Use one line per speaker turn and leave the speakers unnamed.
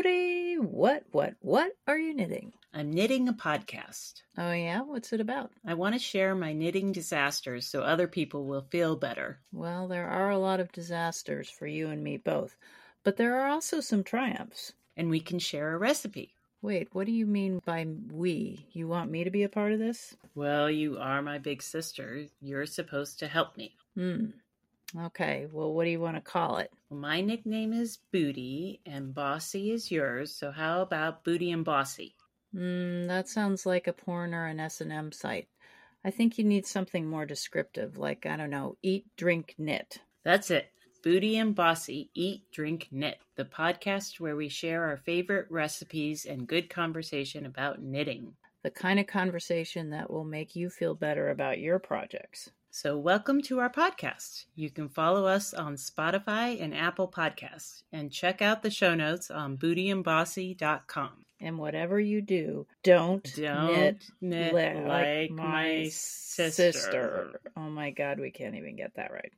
Booty, what, what, what are you knitting?
I'm knitting a podcast.
Oh, yeah? What's it about?
I want to share my knitting disasters so other people will feel better.
Well, there are a lot of disasters for you and me both, but there are also some triumphs.
And we can share a recipe.
Wait, what do you mean by we? You want me to be a part of this?
Well, you are my big sister. You're supposed to help me.
Hmm. Okay, well, what do you want to call it?
Well, my nickname is Booty, and Bossy is yours. So how about Booty and Bossy?
Hmm, that sounds like a porn or an S&M site. I think you need something more descriptive, like, I don't know, eat, drink, knit.
That's it. Booty and Bossy Eat, Drink, Knit, the podcast where we share our favorite recipes and good conversation about knitting.
The kind of conversation that will make you feel better about your projects.
So, welcome to our podcast. You can follow us on Spotify and Apple Podcasts and check out the show notes on bootyandbossy.com.
And whatever you do, don't,
Don't
knit,
knit
li-
like my sister.
Oh my God, we can't even get that right.